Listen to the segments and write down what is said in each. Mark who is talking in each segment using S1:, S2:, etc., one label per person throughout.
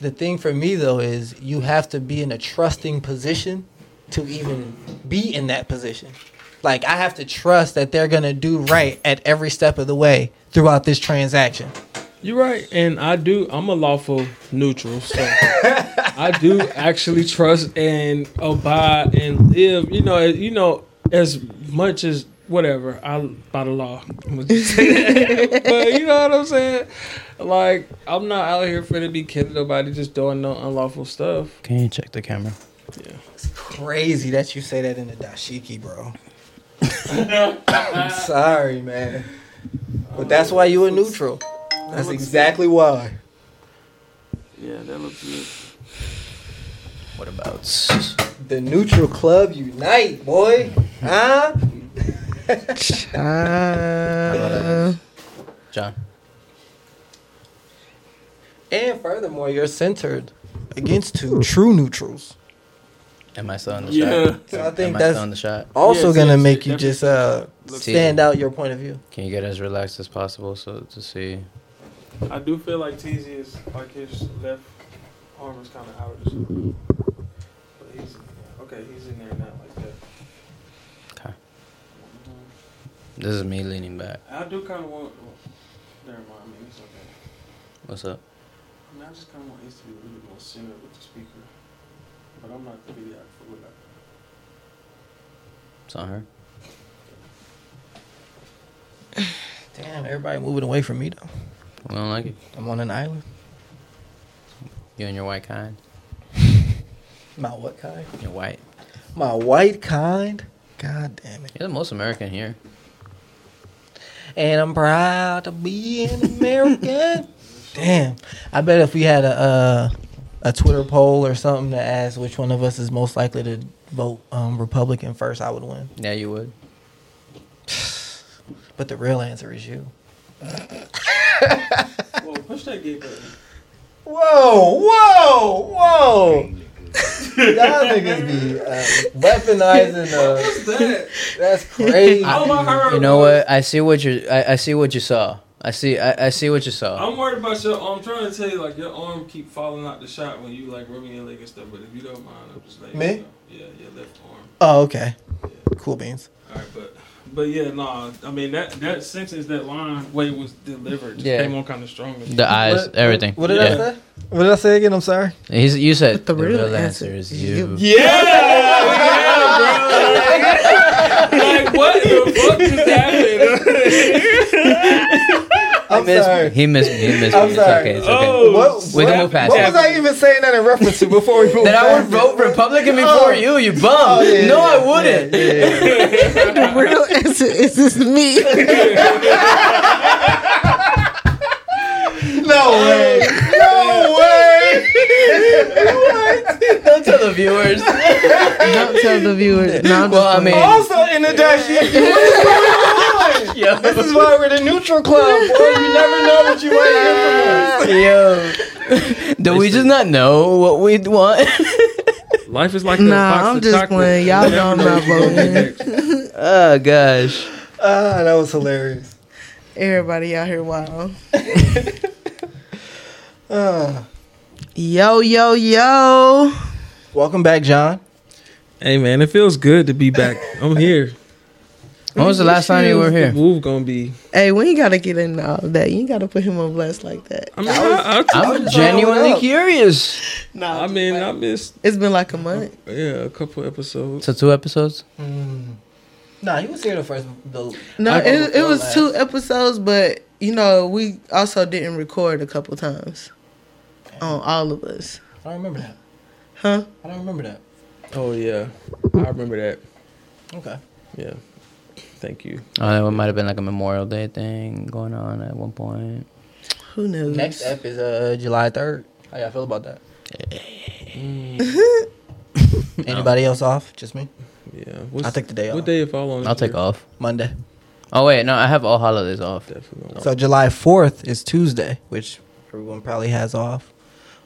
S1: the thing for me though is you have to be in a trusting position to even be in that position. Like I have to trust that they're gonna do right at every step of the way throughout this transaction.
S2: You're right, and I do. I'm a lawful neutral, so I do actually trust and abide and live. You know, you know as much as whatever I by the law. I'm gonna just say that. but you know what I'm saying? Like I'm not out here for to be killing nobody, just doing no unlawful stuff.
S3: Can you check the camera?
S1: It's crazy that you say that in the dashiki, bro. I'm sorry, man. But that's why you a neutral. That's exactly why.
S2: Yeah, that looks good.
S3: What about?
S1: The neutral club unite, boy. Huh?
S3: Uh, John.
S1: And furthermore, you're centered against two true neutrals.
S3: Am I still in the
S2: Yeah.
S3: shot?
S1: So I think
S3: Am I
S1: that's-
S3: still in the shot?
S1: Also
S2: Yes,
S1: gonna
S2: yes,
S1: make
S2: it
S1: you
S2: definitely
S1: just uh
S3: looks-
S1: stand out your point of view.
S3: Can you get as relaxed as possible so to see?
S2: I do feel like TZ is like his left arm is kind of out of the But he's okay. He's in there not like that.
S3: Okay. This is me leaning back.
S2: I do kind of want. Well, never mind. I mean, it's okay.
S3: What's up?
S2: I mean, I just kind of want Ace to be a little bit more centered with the speaker, but I'm not gonna be the actor with that.
S3: It's on her.
S1: Damn, everybody moving away from me though.
S3: We don't like it.
S1: I'm on an island.
S3: You and your white kind.
S1: My what kind?
S3: You're white.
S1: My white kind? God damn it.
S3: You're the most American here.
S1: And I'm proud to be an American. damn. I bet if we had a uh, a Twitter poll or something to ask which one of us is most likely to vote um, Republican first, I would win.
S3: Yeah, you would.
S1: But the real answer is you.
S2: Well, push that gate button.
S1: Whoa, whoa, whoa. Y'all niggas be uh, weaponizing the.
S2: What's that?
S1: That's crazy.
S2: All I heard
S3: You know
S2: was-
S3: what? I see what you. I, I see what you saw. I see. I, I see what you saw.
S4: Uh,
S2: I'm worried about your. I'm trying to tell you, like your arm keep falling out the shot when you like rubbing your leg and stuff. But if you don't mind, I'm just letting
S1: Me?
S2: You know. Yeah, your left arm.
S1: Oh, okay. Cool beans.
S2: All right, but but yeah, nah. I mean that that sentence, that line, way it was delivered, just
S3: Yeah.
S2: came on kind of strong.
S3: The eyes, Uh, everything.
S1: What did
S3: yeah.
S1: I say? What did I say again? I'm sorry.
S3: He's, you said
S4: But the real answer
S3: is
S4: is
S3: you.
S4: you.
S2: Yeah, yeah, bro. Like, what the fuck just happened?
S1: I'm
S3: He missed
S1: sorry.
S3: me. He missed me. He missed
S1: I'm
S3: me. It's
S1: sorry.
S3: okay. It's okay.
S2: Oh,
S1: What,
S3: We can
S1: what,
S3: move past
S1: what
S3: it.
S1: was I even saying that in reference to before we moved
S3: That I would
S1: past
S3: vote
S1: it?
S3: Republican
S1: Oh.
S3: before you, you bum.
S1: Oh, yeah,
S3: no,
S1: yeah,
S3: I wouldn't.
S1: yeah, yeah, yeah.
S4: the real answer is it's me.
S1: No way. No way.
S3: Don't tell the viewers.
S4: Don't tell the viewers. No, I'm just
S3: Well, I
S4: playing.
S3: mean-
S1: Also in the dashiki.
S3: Yo.
S1: This is why we're the neutral club, boy. You never know what you might get from us.
S3: Yo. Do we just not know what we want?
S2: Life is like
S4: Nah, I'm just playing. Y'all know I'm not voting.
S3: oh gosh.
S1: Ah, that was hilarious.
S4: Everybody out here wild.
S1: Ah.
S4: Yo, yo, yo.
S1: welcome back, John.
S2: Hey man, it feels good to be back. I'm here.
S3: When was the last time you were
S2: The
S3: here?
S2: move gonna be.
S4: Hey, we ain't gotta get into all that. You ain't gotta put him on blast like that.
S2: I mean, I, I,
S3: I'm
S1: just following
S3: genuinely
S1: up.
S3: curious.
S4: Nah,
S2: I mean, I missed
S4: it's been like a month.
S2: yeah a couple episodes.
S3: So two episodes.
S1: Hmm. Nah, he was here the first. The,
S4: No,
S1: I-
S4: it, it was two episodes, but you know, we also didn't record a couple times on all of us,
S1: I don't remember that.
S4: huh?
S1: I don't remember that.
S2: Oh yeah, I remember that.
S1: Okay.
S2: Yeah, thank you.
S3: Oh, it might have been like a Memorial Day thing going on at one point.
S4: Who knows?
S1: Next up is uh July third. How y'all feel about that? Anybody else off? Just me.
S2: Yeah, what's,
S1: I'll take the day
S2: What
S1: off.
S2: day fall on?
S3: I'll take
S2: off.
S3: off.
S1: Monday.
S3: Oh wait, no, I have all holidays off.
S2: Definitely.
S1: So July fourth is Tuesday, which everyone probably has off.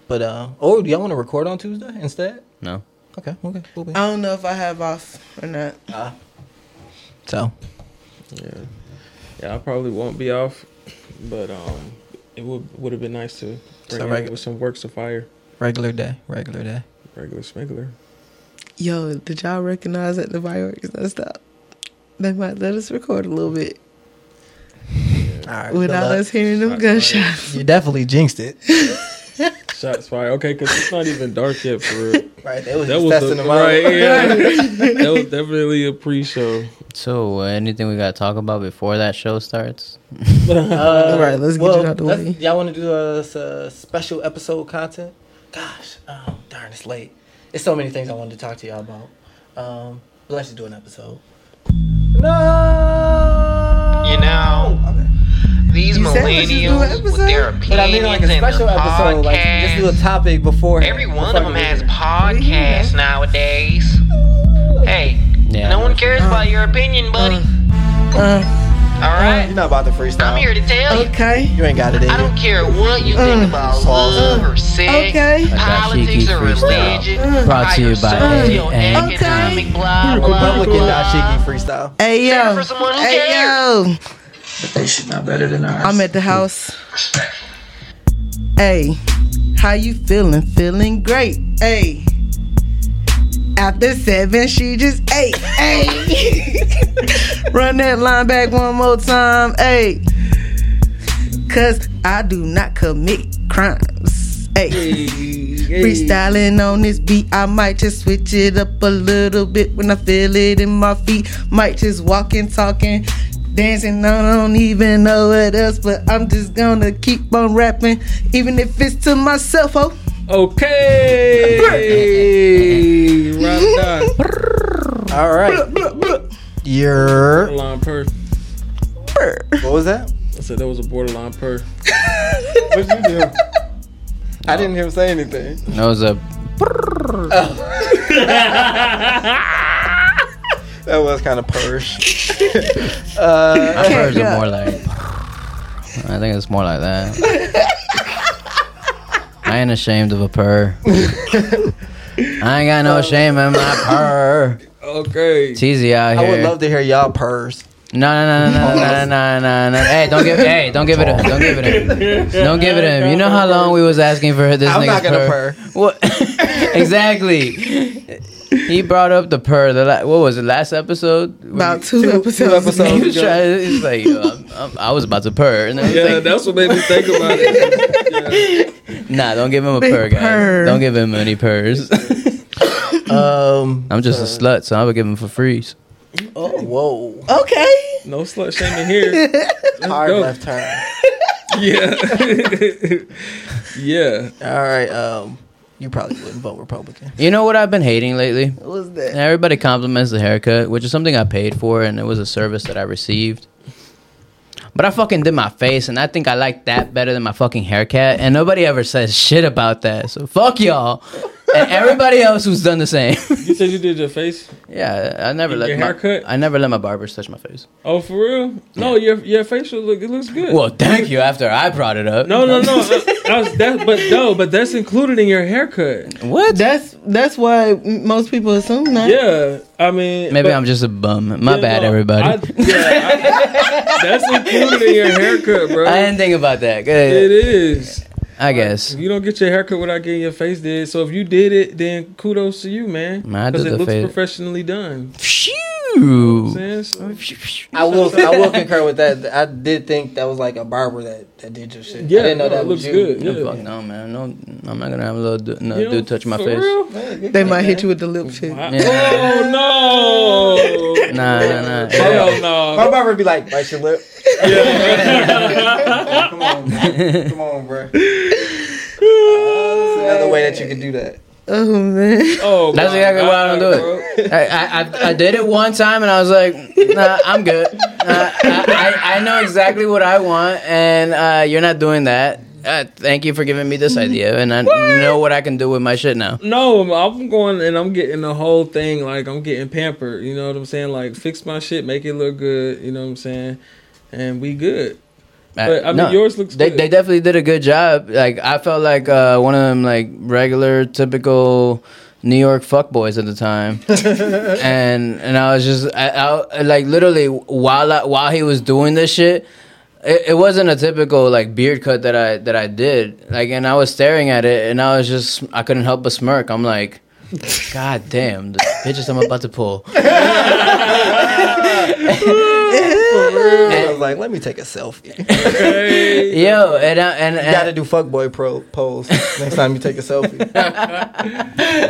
S1: But uh oh, do y'all want to record on Tuesday instead?
S3: No.
S1: Okay, okay, we'll be.
S4: I don't know if I have off or not.
S1: So
S2: Yeah, yeah. I probably won't be off, but um, it would would have been nice to bring
S1: So
S2: it
S1: regu-
S2: with some works of fire.
S1: Regular day. Regular day.
S2: Regular smuggler.
S4: Yo, did y'all recognize that the fireworks don't stop? They might let us record a little bit
S1: All right. good
S4: without
S1: luck.
S4: us hearing them
S2: Alright,
S4: gunshots.
S1: You definitely jinxed it.
S2: Shots fired. Okay, because it's not even dark yet for real.
S1: Right. They was
S2: That
S1: just
S2: was
S1: testing
S2: a,
S1: them out.
S2: right. Yeah, that was definitely a pre-show.
S3: So, uh, anything we got to talk about before that show starts?
S1: Uh,
S4: All right, let's get it out the
S1: let's-
S4: way.
S1: Y'all want to do uh, this uh, special episode content? Gosh, um, darn, it's late. It's so many things I wanted to talk to y'all about. Um, but let's just do an episode. No.
S5: You know,
S1: Okay.
S5: These
S4: You said let's just do an
S5: millennials with their opinions
S1: But I mean, like a special
S5: and
S1: episode,
S5: podcasts.
S1: like just do a topic before.
S5: Every one of them has
S1: All
S5: podcasts nowadays. Hey,
S3: Yeah,
S5: no one
S3: that's-
S5: cares about your
S1: uh,
S5: opinion, buddy.
S4: Uh,
S5: All right,
S1: You're not about to freestyle.
S5: I'm here to tell you.
S4: okay.
S1: You ain't got it. in
S5: I
S1: you.
S5: don't care what
S1: Uh,
S5: you think about love or sex,
S4: Okay.
S5: politics
S3: Dashiki
S5: or religion,
S3: freestyle. Brought to you by
S5: socioeconomic,
S4: Okay.
S5: blah blah.
S1: Republican
S5: blah.
S1: dashiki freestyle.
S4: Hey
S5: Send it
S4: yo.
S5: for someone who
S4: Hey yo.
S6: They should know better than ours.
S4: I'm at the house. Hey, how you feeling? Feeling great. Hey. After seven, she just ate. Hey. Run that line back one more time. Hey. Cause I do not commit crimes. Hey. Freestyling on this beat, I might just switch it up a little bit when I feel it in my feet. Might just walk and talking, dancing. I don't even know what else, but I'm just gonna keep on rapping, even if it's to myself. Oh,
S2: Okay. Rob Dot.
S1: All right. You're.
S2: Borderline purr.
S1: What was that?
S2: I said that was a borderline purr.
S1: What'd you do? I didn't hear him say anything.
S3: That was a.
S1: That was kind of purge.
S3: I heard it
S4: yeah.
S3: more like. I think it's more like that. I ain't ashamed of a purr. I ain't got no shame in my purr.
S2: Okay.
S3: It's easy out
S1: I
S3: here.
S1: would love to hear y'all purrs.
S3: No, no, no, no, no, no, no, no, no. Hey, don't give, hey, don't give it him. Don't give it him. Don't give it him. You know how long we was asking for this
S1: I'm not
S3: nigga's
S1: gonna purr.
S3: What? exactly. He brought up the purr. The la- what was it? Last episode.
S4: about two, episodes.
S1: episodes.
S3: He was trying. He's like, yo, I'm, I'm, I was about to purr, and then
S2: Yeah,
S3: yeah, like,
S2: that's what made me think about it.
S3: Nah, don't give him a
S4: Big
S3: purr, guys.
S4: purr.
S3: Don't give him any purrs.
S1: Um.
S3: I'm just a slut, so I would give him for freeze.
S1: Oh, whoa.
S4: Okay.
S2: No slut shaming here. Let's
S1: Hard
S2: go.
S1: left turn.
S2: Yeah. yeah.
S1: All right. Um. You probably wouldn't vote Republican.
S3: You know what I've been hating lately?
S4: What was
S3: And
S4: that?
S3: everybody compliments the haircut, which is something I paid for, and it was a service that I received. But I fucking did my face, and I think I like that better than my fucking haircut. And nobody ever says shit about that, so fuck y'all and everybody else who's done the same.
S2: You said you did your face?
S3: yeah, I never
S2: Your
S3: let my,
S2: haircut?
S3: I never let my barbers touch my face.
S2: Oh, for real? No, your your facial look it looks good.
S3: Well, thank you. After I brought it up,
S2: No, no, no. I, I was, that, but no, but that's included in your haircut.
S3: what?
S4: That's that's why m- most people assume that.
S2: Yeah, I mean,
S3: Maybe
S2: but-
S3: I'm just a bum. My
S2: yeah,
S3: bad,
S2: no,
S3: everybody.
S2: I, yeah, I- that's included in your haircut, bro.
S3: I didn't think about that.
S2: it
S3: Good.
S2: is.
S3: I guess.
S2: You don't get your haircut without getting your face did. So if you did it, then kudos to you, man.
S3: Man, I
S2: Because
S3: did
S2: it
S3: the
S2: looks
S3: face.
S2: professionally done.
S3: Phew.
S2: Sense. Like,
S1: I will. I will concur with that. I did think that was like a barber that, that did your shit.
S2: Yeah,
S1: I didn't know
S2: no,
S1: that
S2: it
S1: was
S2: looks
S1: you.
S2: good. Yeah.
S3: No, fuck no, man. No, I'm not gonna have a little dude, no,
S2: You know,
S3: dude touch my
S2: for
S3: face.
S2: real?
S4: They might hit you with the lip shit.
S2: Wow.
S3: Yeah.
S2: Oh no!
S3: Nah, nah, nah. Yeah.
S2: Hell no!
S1: My barber would be like, bite your lip. Come on, bro. come on, bro. That's another way that you can do that.
S4: Oh man.
S2: Oh,
S3: That's
S2: my
S3: exactly why I
S2: God,
S3: don't do it.
S2: bro.
S3: I, I, I- I did it one time and I was like, nah, I'm good. Uh, I, I, I know exactly what I want, and uh, you're not doing that. Uh, thank you for giving me this idea, and I know what I can do with my shit now.
S2: No, I'm- I'm going and I'm getting the whole thing like I'm getting pampered. You know what I'm saying? Like fix my shit, make it look good. You know what I'm saying? And we good.
S3: Uh,
S2: But, I mean, yours looks
S3: They,
S2: good.
S3: they definitely did a good job. Like I felt like uh, one of them, like regular, typical New York fuckboys at the time, and and I was just I, I like literally while I, while he was doing this shit. It, it wasn't a typical like beard cut that I that I did. Like, and I was staring at it, and I was just I couldn't help but smirk. I'm like, God damn, the bitches I'm about to pull.
S1: I was like, let me take a selfie. You
S3: Yo, and I, and, and
S1: gotta do fuckboy pro pose next time you take a selfie.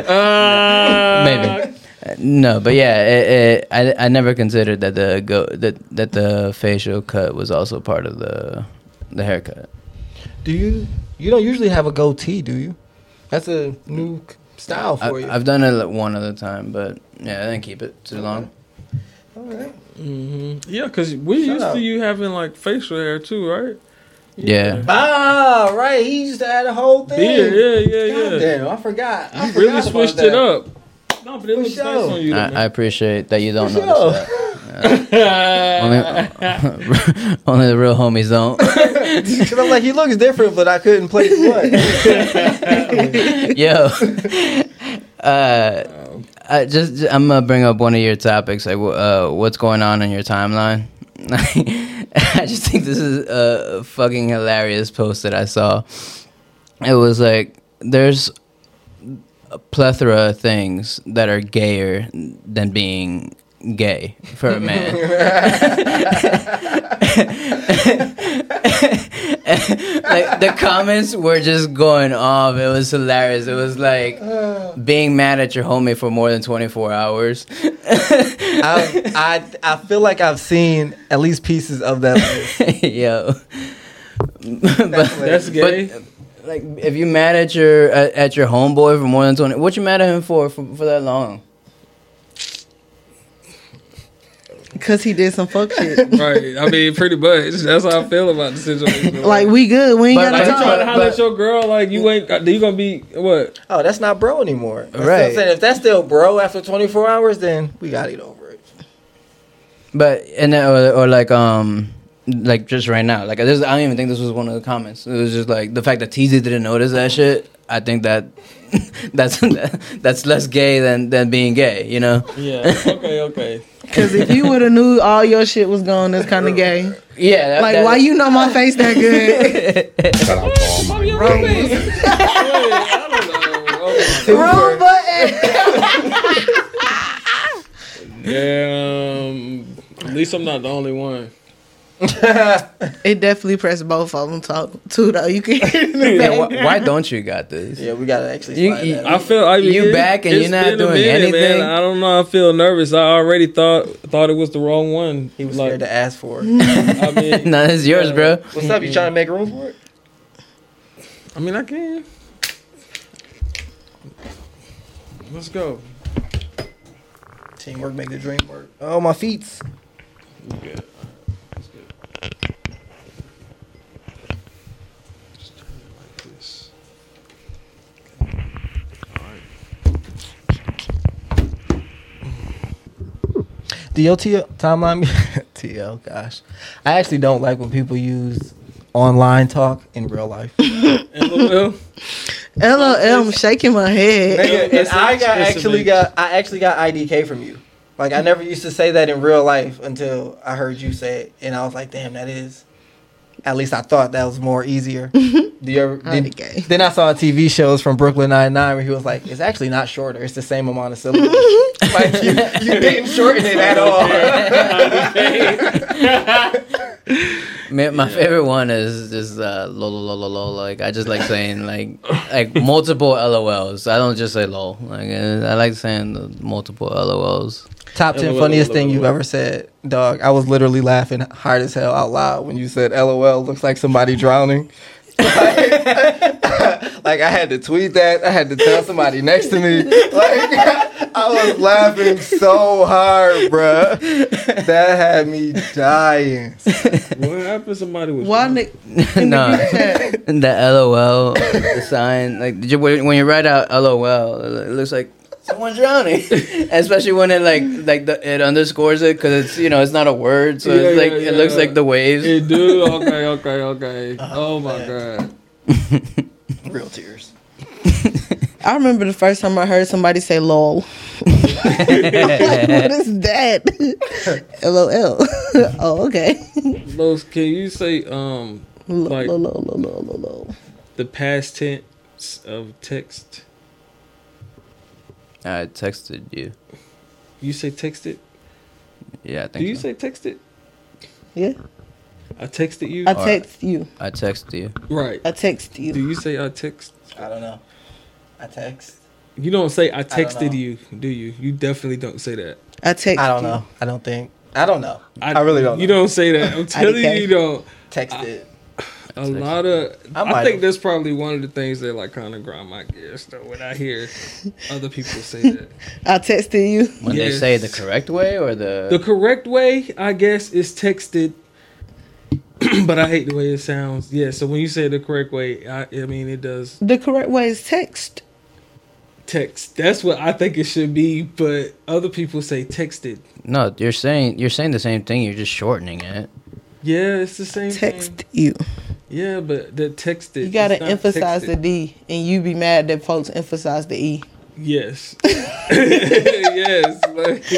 S2: Ah.
S3: maybe. Uh, No, but yeah, it, it, I I never considered that the go that that the facial cut was also part of the the haircut.
S1: Do you? You don't usually have a goatee, do you? That's a new c- style
S3: I,
S1: for you.
S3: I've done it like one other time, but yeah, I didn't keep it too long.
S1: All right.
S2: Yeah, because we
S1: Shut
S2: used
S1: up.
S2: to you having like facial hair too, right?
S3: Yeah,
S1: Ah, right. He used to add a whole thing.
S2: Beard, yeah, yeah, yeah.
S1: God damn, I forgot. I
S2: You
S1: forgot
S2: really
S1: about
S2: switched
S1: that.
S2: it up. No, but it
S1: For
S2: looks
S1: sure.
S2: nice on you. though, man.
S3: I, I appreciate that you don't
S1: For
S3: notice
S1: sure.
S3: that. Only, only the real homies don't.
S1: 'Cause I'm like, he looks different, but I couldn't place what.
S3: Yo, uh, I just I'm gonna bring up one of your topics, like wh- uh, what's going on in your timeline. I just think this is a fucking hilarious post that I saw. It was like there's a plethora of things that are gayer than being gay for a man. like the comments were just going off. It was hilarious. It was like being mad at your homie for more than 24 hours.
S1: I, I I feel like I've seen at least pieces of that. list.
S3: Yo.
S2: That's gay.
S3: But, like if you mad at your at, at your homeboy for more than 20 what you mad at him for for, for that long?
S4: Cause he did some fuck shit.
S2: right. I mean, pretty much. That's how I feel about the situation.
S4: like we good. We ain't
S3: But-
S4: gotta
S2: Like, you
S4: talk.
S2: trying to holler
S3: But-
S2: at your girl, like you ain't you gonna be what?
S1: Oh, that's not bro anymore. That's what I'm
S3: Right.
S1: saying. If that's still bro after 24 hours, then we gotta get over it.
S3: But and then, or, or like um like just right now like this, I don't even think this was one of the comments. It was just like the fact that TZ didn't notice that shit. I think that that's that's less gay than than being gay. You know.
S2: Yeah. Okay. Okay.
S4: Cause if you would have knew all your shit was gone, that's kind of gay.
S3: Yeah. That,
S4: Like
S3: that-
S4: why you know my face that good?
S2: Oh
S4: Wrong button.
S2: Damn. At least I'm not the only one.
S4: It definitely pressed both of them talk too though. You can hear the
S3: Yeah,
S4: same.
S3: why, why don't you got this?
S1: Yeah, we gotta actually.
S3: You-
S1: slide
S3: you-
S1: that.
S2: I feel I
S3: You
S2: it-
S3: back and
S2: it's
S3: you're not
S2: been a
S3: doing anything?
S2: I don't know. I feel nervous. I already thought thought it was the wrong one.
S1: he was
S2: like,
S1: scared to ask for it.
S2: I mean,
S3: no, it's yours, bro.
S1: What's up? You trying to make room for it?
S2: I mean, I can. Let's go.
S1: Teamwork make the dream work. Oh, my feets. The OTL timeline, TL, gosh. I actually don't like when people use online talk in real life.
S2: And Lil Will,
S4: LOL, I'm shaking my head.
S1: Nigga, and
S2: It's a-
S1: I got
S2: it's a
S1: actually
S2: bitch.
S1: got I actually got IDK from you. Like I never used to say that in real life until I heard you say it, and I was like, damn, that is. At least I thought that was more easier. Do you ever, then,
S4: IDK.
S1: then I saw TV shows from Brooklyn Nine Nine where he was like, "It's actually not shorter; it's the same amount of syllables." like you, you didn't shorten it at all.
S3: My, my favorite one is just uh, lol, lol, lol, lol. Like I just like saying like like multiple LOLs. I don't just say lol. Like uh, I like saying the multiple LOLs.
S1: Top ten
S2: LOL,
S1: funniest thing
S2: LOL.
S1: you've ever said, dog. I was literally laughing hard as hell out loud when you said, "LOL looks like somebody drowning." like I had to tweet that. I had to tell somebody next to me. Like I was laughing so hard, bruh. That had me dying.
S2: what happened? Somebody was.
S4: Why ni-
S3: no, the LOL the sign. Like did you, when when you write out LOL, it looks like someone drowning. Especially when it like like the, it underscores it because it's you know it's not a word, so
S2: Yeah,
S3: it's like
S2: yeah,
S3: it looks
S2: yeah.
S3: like the waves.
S2: Hey, dude. Okay. Oh, Okay. Okay. Oh my god.
S1: Real tears.
S4: I remember the first time I heard somebody say "lol." like, what is that? LOL. oh, okay.
S2: Los, can you say um
S4: Lol,
S2: Like-
S4: lol, lol, lol, lol, lol.
S2: the past tense of text?
S3: I texted you.
S2: You say texted?
S3: Yeah, I think
S2: Do you
S3: so.
S2: say texted?
S4: Yeah.
S2: I texted you.
S4: I text you.
S3: I texted you.
S2: right.
S4: I text
S2: Do
S4: you.
S2: you say I text?
S1: I don't know. I text.
S2: You don't say I texted
S1: know.
S2: you, do you? You definitely don't say that.
S4: I text.
S1: I don't
S4: you.
S1: know. I don't think. I don't know. I really don't
S2: You
S1: know.
S2: don't say that. I'm telling you,
S4: care.
S2: you don't.
S1: Text it.
S2: A lot of.
S1: I
S2: I,
S1: might
S2: think
S1: have.
S2: that's probably one of the things that like kind of grind my gears though. When I hear other people say that,
S4: I texted you.
S3: When they
S2: Yes.
S3: say the correct way or the,
S2: the correct way, I guess, is texted. but I hate the way it sounds. Yeah. So when you say the correct way, I, I mean it does
S4: The correct way is text.
S2: text. That's what I think it should be. But other people say texted.
S3: no, you're saying you're saying the same thing. You're just shortening it.
S2: Yeah, it's the same thing.
S4: Text you.
S2: Yeah, but the texted.
S4: Mm-hmm. You gotta
S2: it's not
S4: emphasize the
S2: texted.
S4: D, and you be mad that folks emphasize the E.
S2: Yes. yes. Like,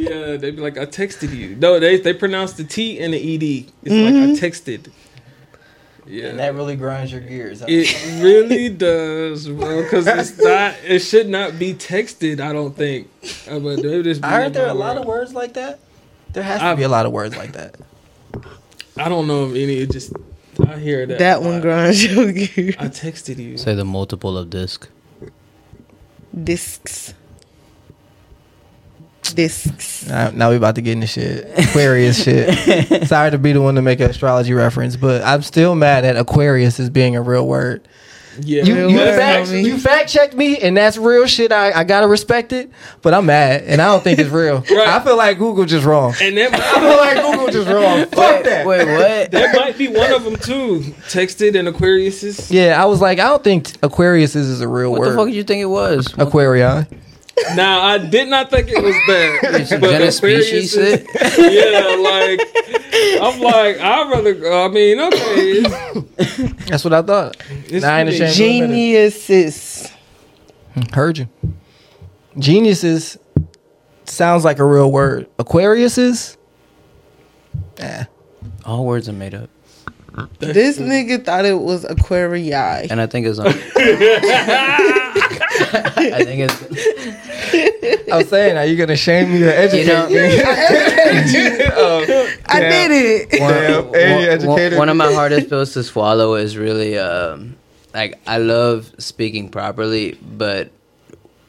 S2: yeah, they'd be like, I texted you. No, they they pronounce the T and the ED. It's like, I texted.
S1: Mm-hmm. And
S2: Yeah.
S1: that really grinds your gears. huh?
S2: It really does, bro, because it's not, it should not be texted, I don't think. Uh, but maybe this
S1: I heard there are a lot of words like that. There has to
S2: I've-
S1: be a lot of words like that.
S2: I don't know of any, it just, I hear that.
S4: That
S2: a
S4: one
S2: lot.
S4: grinds your gear.
S2: I texted you.
S3: Say the multiple of disc.
S4: Discs. Discs.
S1: Now, now we about to get into shit. Aquarius shit. Sorry to be the one to make an astrology reference, but I'm still mad at Aquarius as being a real word.
S2: Yeah.
S1: You, you,
S4: word,
S1: fact,
S4: homie.
S1: you fact checked me, and that's real shit. I, I gotta respect it, but I'm mad, and I don't think it's real.
S2: Right.
S1: I feel like Google just wrong.
S2: and that
S1: I feel like Google just wrong. Fuck that.
S3: Wait, what?
S2: that might be one of them too. Texted and Aquarius's.
S1: Yeah, I was like, I don't think Aquarius is, is a real
S3: What
S1: word.
S3: the fuck did you think it was?
S1: Aquarion.
S2: Now I did not think it was that. but
S3: genus
S2: Aquarius
S3: species
S2: is-
S3: shit?
S2: Yeah, like I'm like I'd rather. I mean, okay, it's,
S1: That's what I thought.
S2: it's
S1: Nah, I understand.
S4: Geniuses.
S1: Hmm, Heard you. Geniuses sounds like a real word. Aquariuses? Eh.
S3: All words are made up,
S4: This nigga thought it was Aquarii.
S3: and I think it's. Un- I think it's.
S1: I was saying, are you going to shame me or educate
S3: You know,
S1: me?
S4: I did it.
S3: one,
S1: Damn,
S3: one-
S1: and you
S3: one-
S1: educated
S3: one of
S1: me.
S3: my hardest pills to swallow is really um, like I love speaking properly, but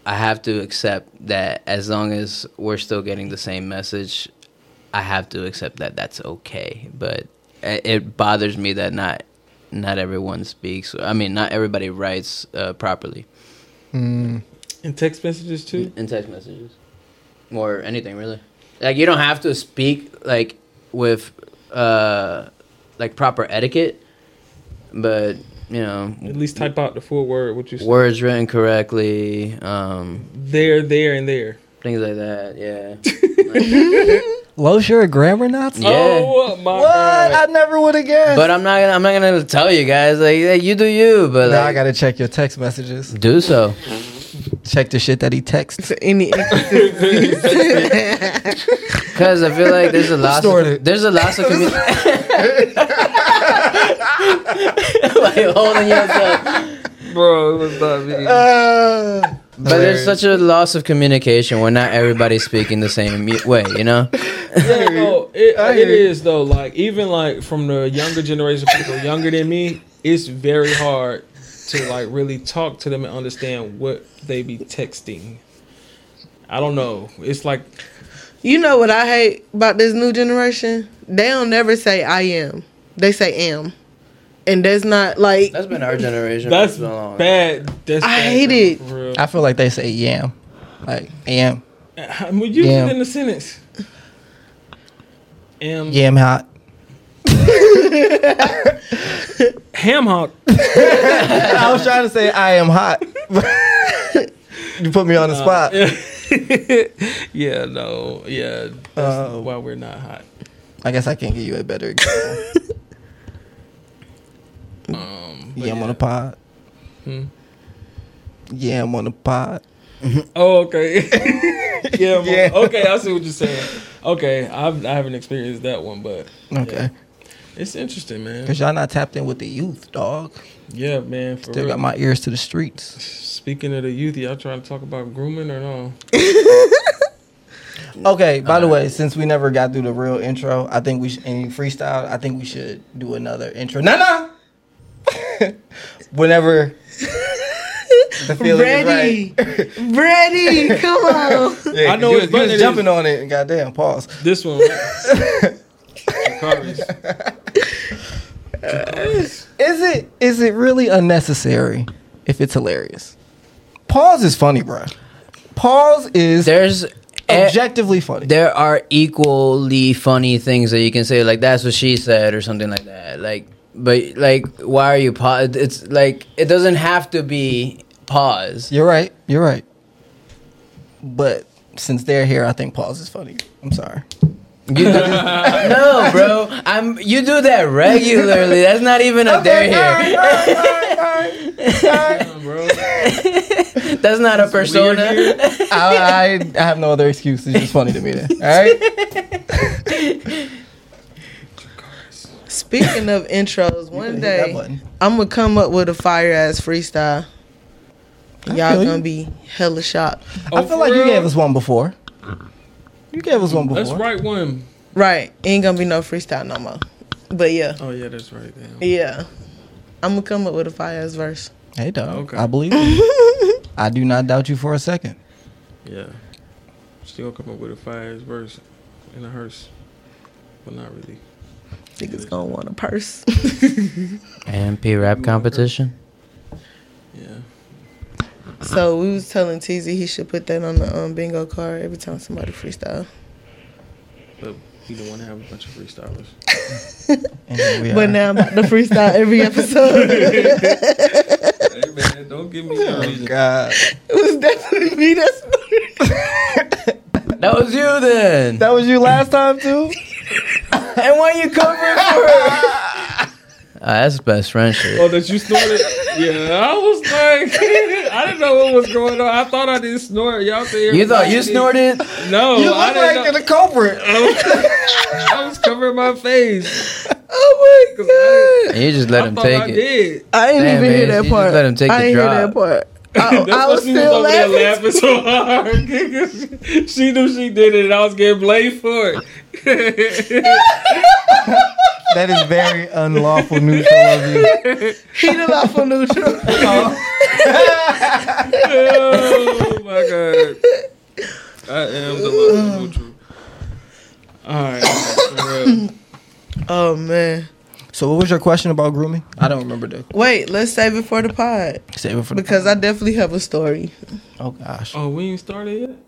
S3: I have to accept that as long as we're still getting the same message, I have to accept that that's okay. But i- it bothers me that not not everyone speaks. I mean, not everybody writes uh, properly
S2: in text messages too.
S3: in text messages or anything really like you don't have to speak like with uh like proper etiquette but you know
S2: At least type out the full word. What you said.
S3: words written correctly um
S2: there, there, and there.
S3: things like that yeah
S1: Los, you're a grammar Nazi?
S3: Yeah.
S2: Oh my
S1: What? I
S2: god!
S1: never would have guessed.
S3: but uh, i'm not gonna i'm not gonna tell you guys like yeah, you do you but
S1: now I
S3: like,
S1: got to check your text messages.
S3: do so
S1: Check the shit that he texts.
S4: Any
S3: because i feel like there's a lot
S1: Snorted.
S3: of, there's a lot of communication like holding yourself
S2: Bro, it was not me.
S3: Uh, But there's such a loss of communication when not everybody's speaking the same me- way, you know?
S2: Yeah, no, it,
S1: I
S2: it
S1: hear you.
S2: is though. Like even like from the younger generation, people younger than me, it's very hard to like really talk to them and understand what they be texting. I don't know. It's like
S4: you know what I hate about this new generation? They don't never say I am. They say am. And that's not like
S3: That's been our generation.
S2: that's
S3: for so long.
S2: bad. That's
S4: I
S2: bad,
S4: hate
S2: bro,
S4: it.
S2: for real.
S1: I feel like they say yam. Like, yam.
S2: I, mean, use
S1: Yeah.
S2: it in a sentence. Am
S1: Yam hot.
S2: ham hock.
S1: I was trying to say I am hot. you put me on the
S3: Uh,
S1: spot.
S2: yeah, no, yeah. That's
S1: Uh,
S2: why we're not hot.
S1: I guess I can't give you a better example.
S2: Um, but
S3: Um,
S1: yeah, I'm on a pod.
S2: Hmm.
S1: Yeah, I'm on the pod.
S2: Oh, okay. yeah, I'm-
S1: Yeah.
S2: Okay, I see what you're saying. Okay, I've, I haven't experienced that one, but
S1: Okay.
S2: it's interesting, man.
S1: Cause y'all not tapped in with the youth, dog.
S2: Yeah, man. For
S1: Still
S2: real.
S1: got my ears to the streets.
S2: Speaking of the youth, y'all trying to talk about grooming or no?
S1: Okay. By the way, since we never got through the real intro, I think we should any freestyle. I think we should do another intro. Nah, nah. Whenever the feeling
S4: Ready,
S1: is
S4: ready, come on.
S1: right. Yeah,
S2: I know
S1: you
S2: it's
S1: was- you was
S2: button it
S1: jumping on it. and Goddamn. Pause.
S2: This one. right? Jacare's. Jacare's.
S1: Is it is it really unnecessary if it's hilarious? Pause is funny, bro. Pause is
S3: There's e-,
S1: eh, objectively funny.
S3: there are equally funny things that you can say like that's what she said or something like that like but like why are you pa- it's like it doesn't have to be pause
S1: You're right. You're right. But since they're here, I think pause is funny. I'm sorry.
S3: you do- no bro i'm you do that regularly that's not even a dare here
S2: Damn, bro.
S3: that's not a persona
S2: Weird here.
S1: I, I, I have no other excuse. It's just funny to me. Then. All right.
S4: Speaking of intros, one
S1: hit that
S4: day
S1: button.
S4: I'm gonna come up with a fire ass freestyle.
S1: I feel
S4: Y'all
S1: you.
S4: gonna be hella shocked,
S2: Oh,
S1: I
S2: for
S1: feel like you
S2: real?
S1: gave us one before. You gave us one before.
S2: That's right one.
S4: right? Ain't gonna be no freestyle no more. But yeah,
S2: Oh yeah, that's right. Damn.
S4: yeah, I'm gonna come up with a fire ass verse.
S1: Hey, dog.
S2: Okay.
S1: I believe you. I do not doubt you for a second.
S2: Yeah. Still come up with a fire ass verse in a hearse. Well, not really.
S4: Niggas gonna want a purse.
S3: amp rap competition
S2: Yeah.
S4: so we was telling TZ he should put that on the um, bingo card every time somebody freestyle.
S2: But we don't want to have a bunch of freestylers.
S1: And here we
S4: But
S1: are.
S4: now I'm about to freestyle every episode.
S2: hey man, don't give me no
S1: Oh,
S2: reason.
S1: God.
S4: it was definitely me. That's
S3: that was you then
S1: That was you last time, too?
S3: and why you covering for her Ah, that's best friend shit
S2: Oh, that you snorted? yeah, I was like, I didn't know what was going on. I thought I didn't snort. Y'all say
S3: you thought
S2: everybody
S3: you
S2: did.
S3: snorted
S2: No,
S1: You
S2: I
S1: look
S2: didn't.
S1: like
S2: know.
S1: the culprit.
S2: I was covering my face.
S4: oh my
S2: 'Cause I,
S4: god.
S3: and you just let
S2: I
S3: him
S2: thought
S3: take
S2: I
S3: it
S2: did.
S4: I didn't
S3: Damn,
S4: even
S3: man,
S4: hear
S3: you
S4: that
S3: just
S4: part.
S3: let him take
S4: I
S3: the
S4: didn't hear
S3: drop.
S4: that part. I,
S2: That's
S4: I
S2: why
S4: was
S2: she was
S4: still
S2: over there
S4: laughing.
S2: laughing so hard. 'Cause she knew she did it, and I was getting blamed for it.
S1: that is very unlawful news. I love you.
S4: He did not for neutral.
S2: oh my god. I am the love neutral. Alright, for real.
S4: oh man.
S1: So, what was your question about grooming? I don't remember the
S4: Wait, let's save it for the pod
S1: save it for the-
S4: because I definitely have a story.
S1: Oh gosh.
S2: Oh, we ain't started yet?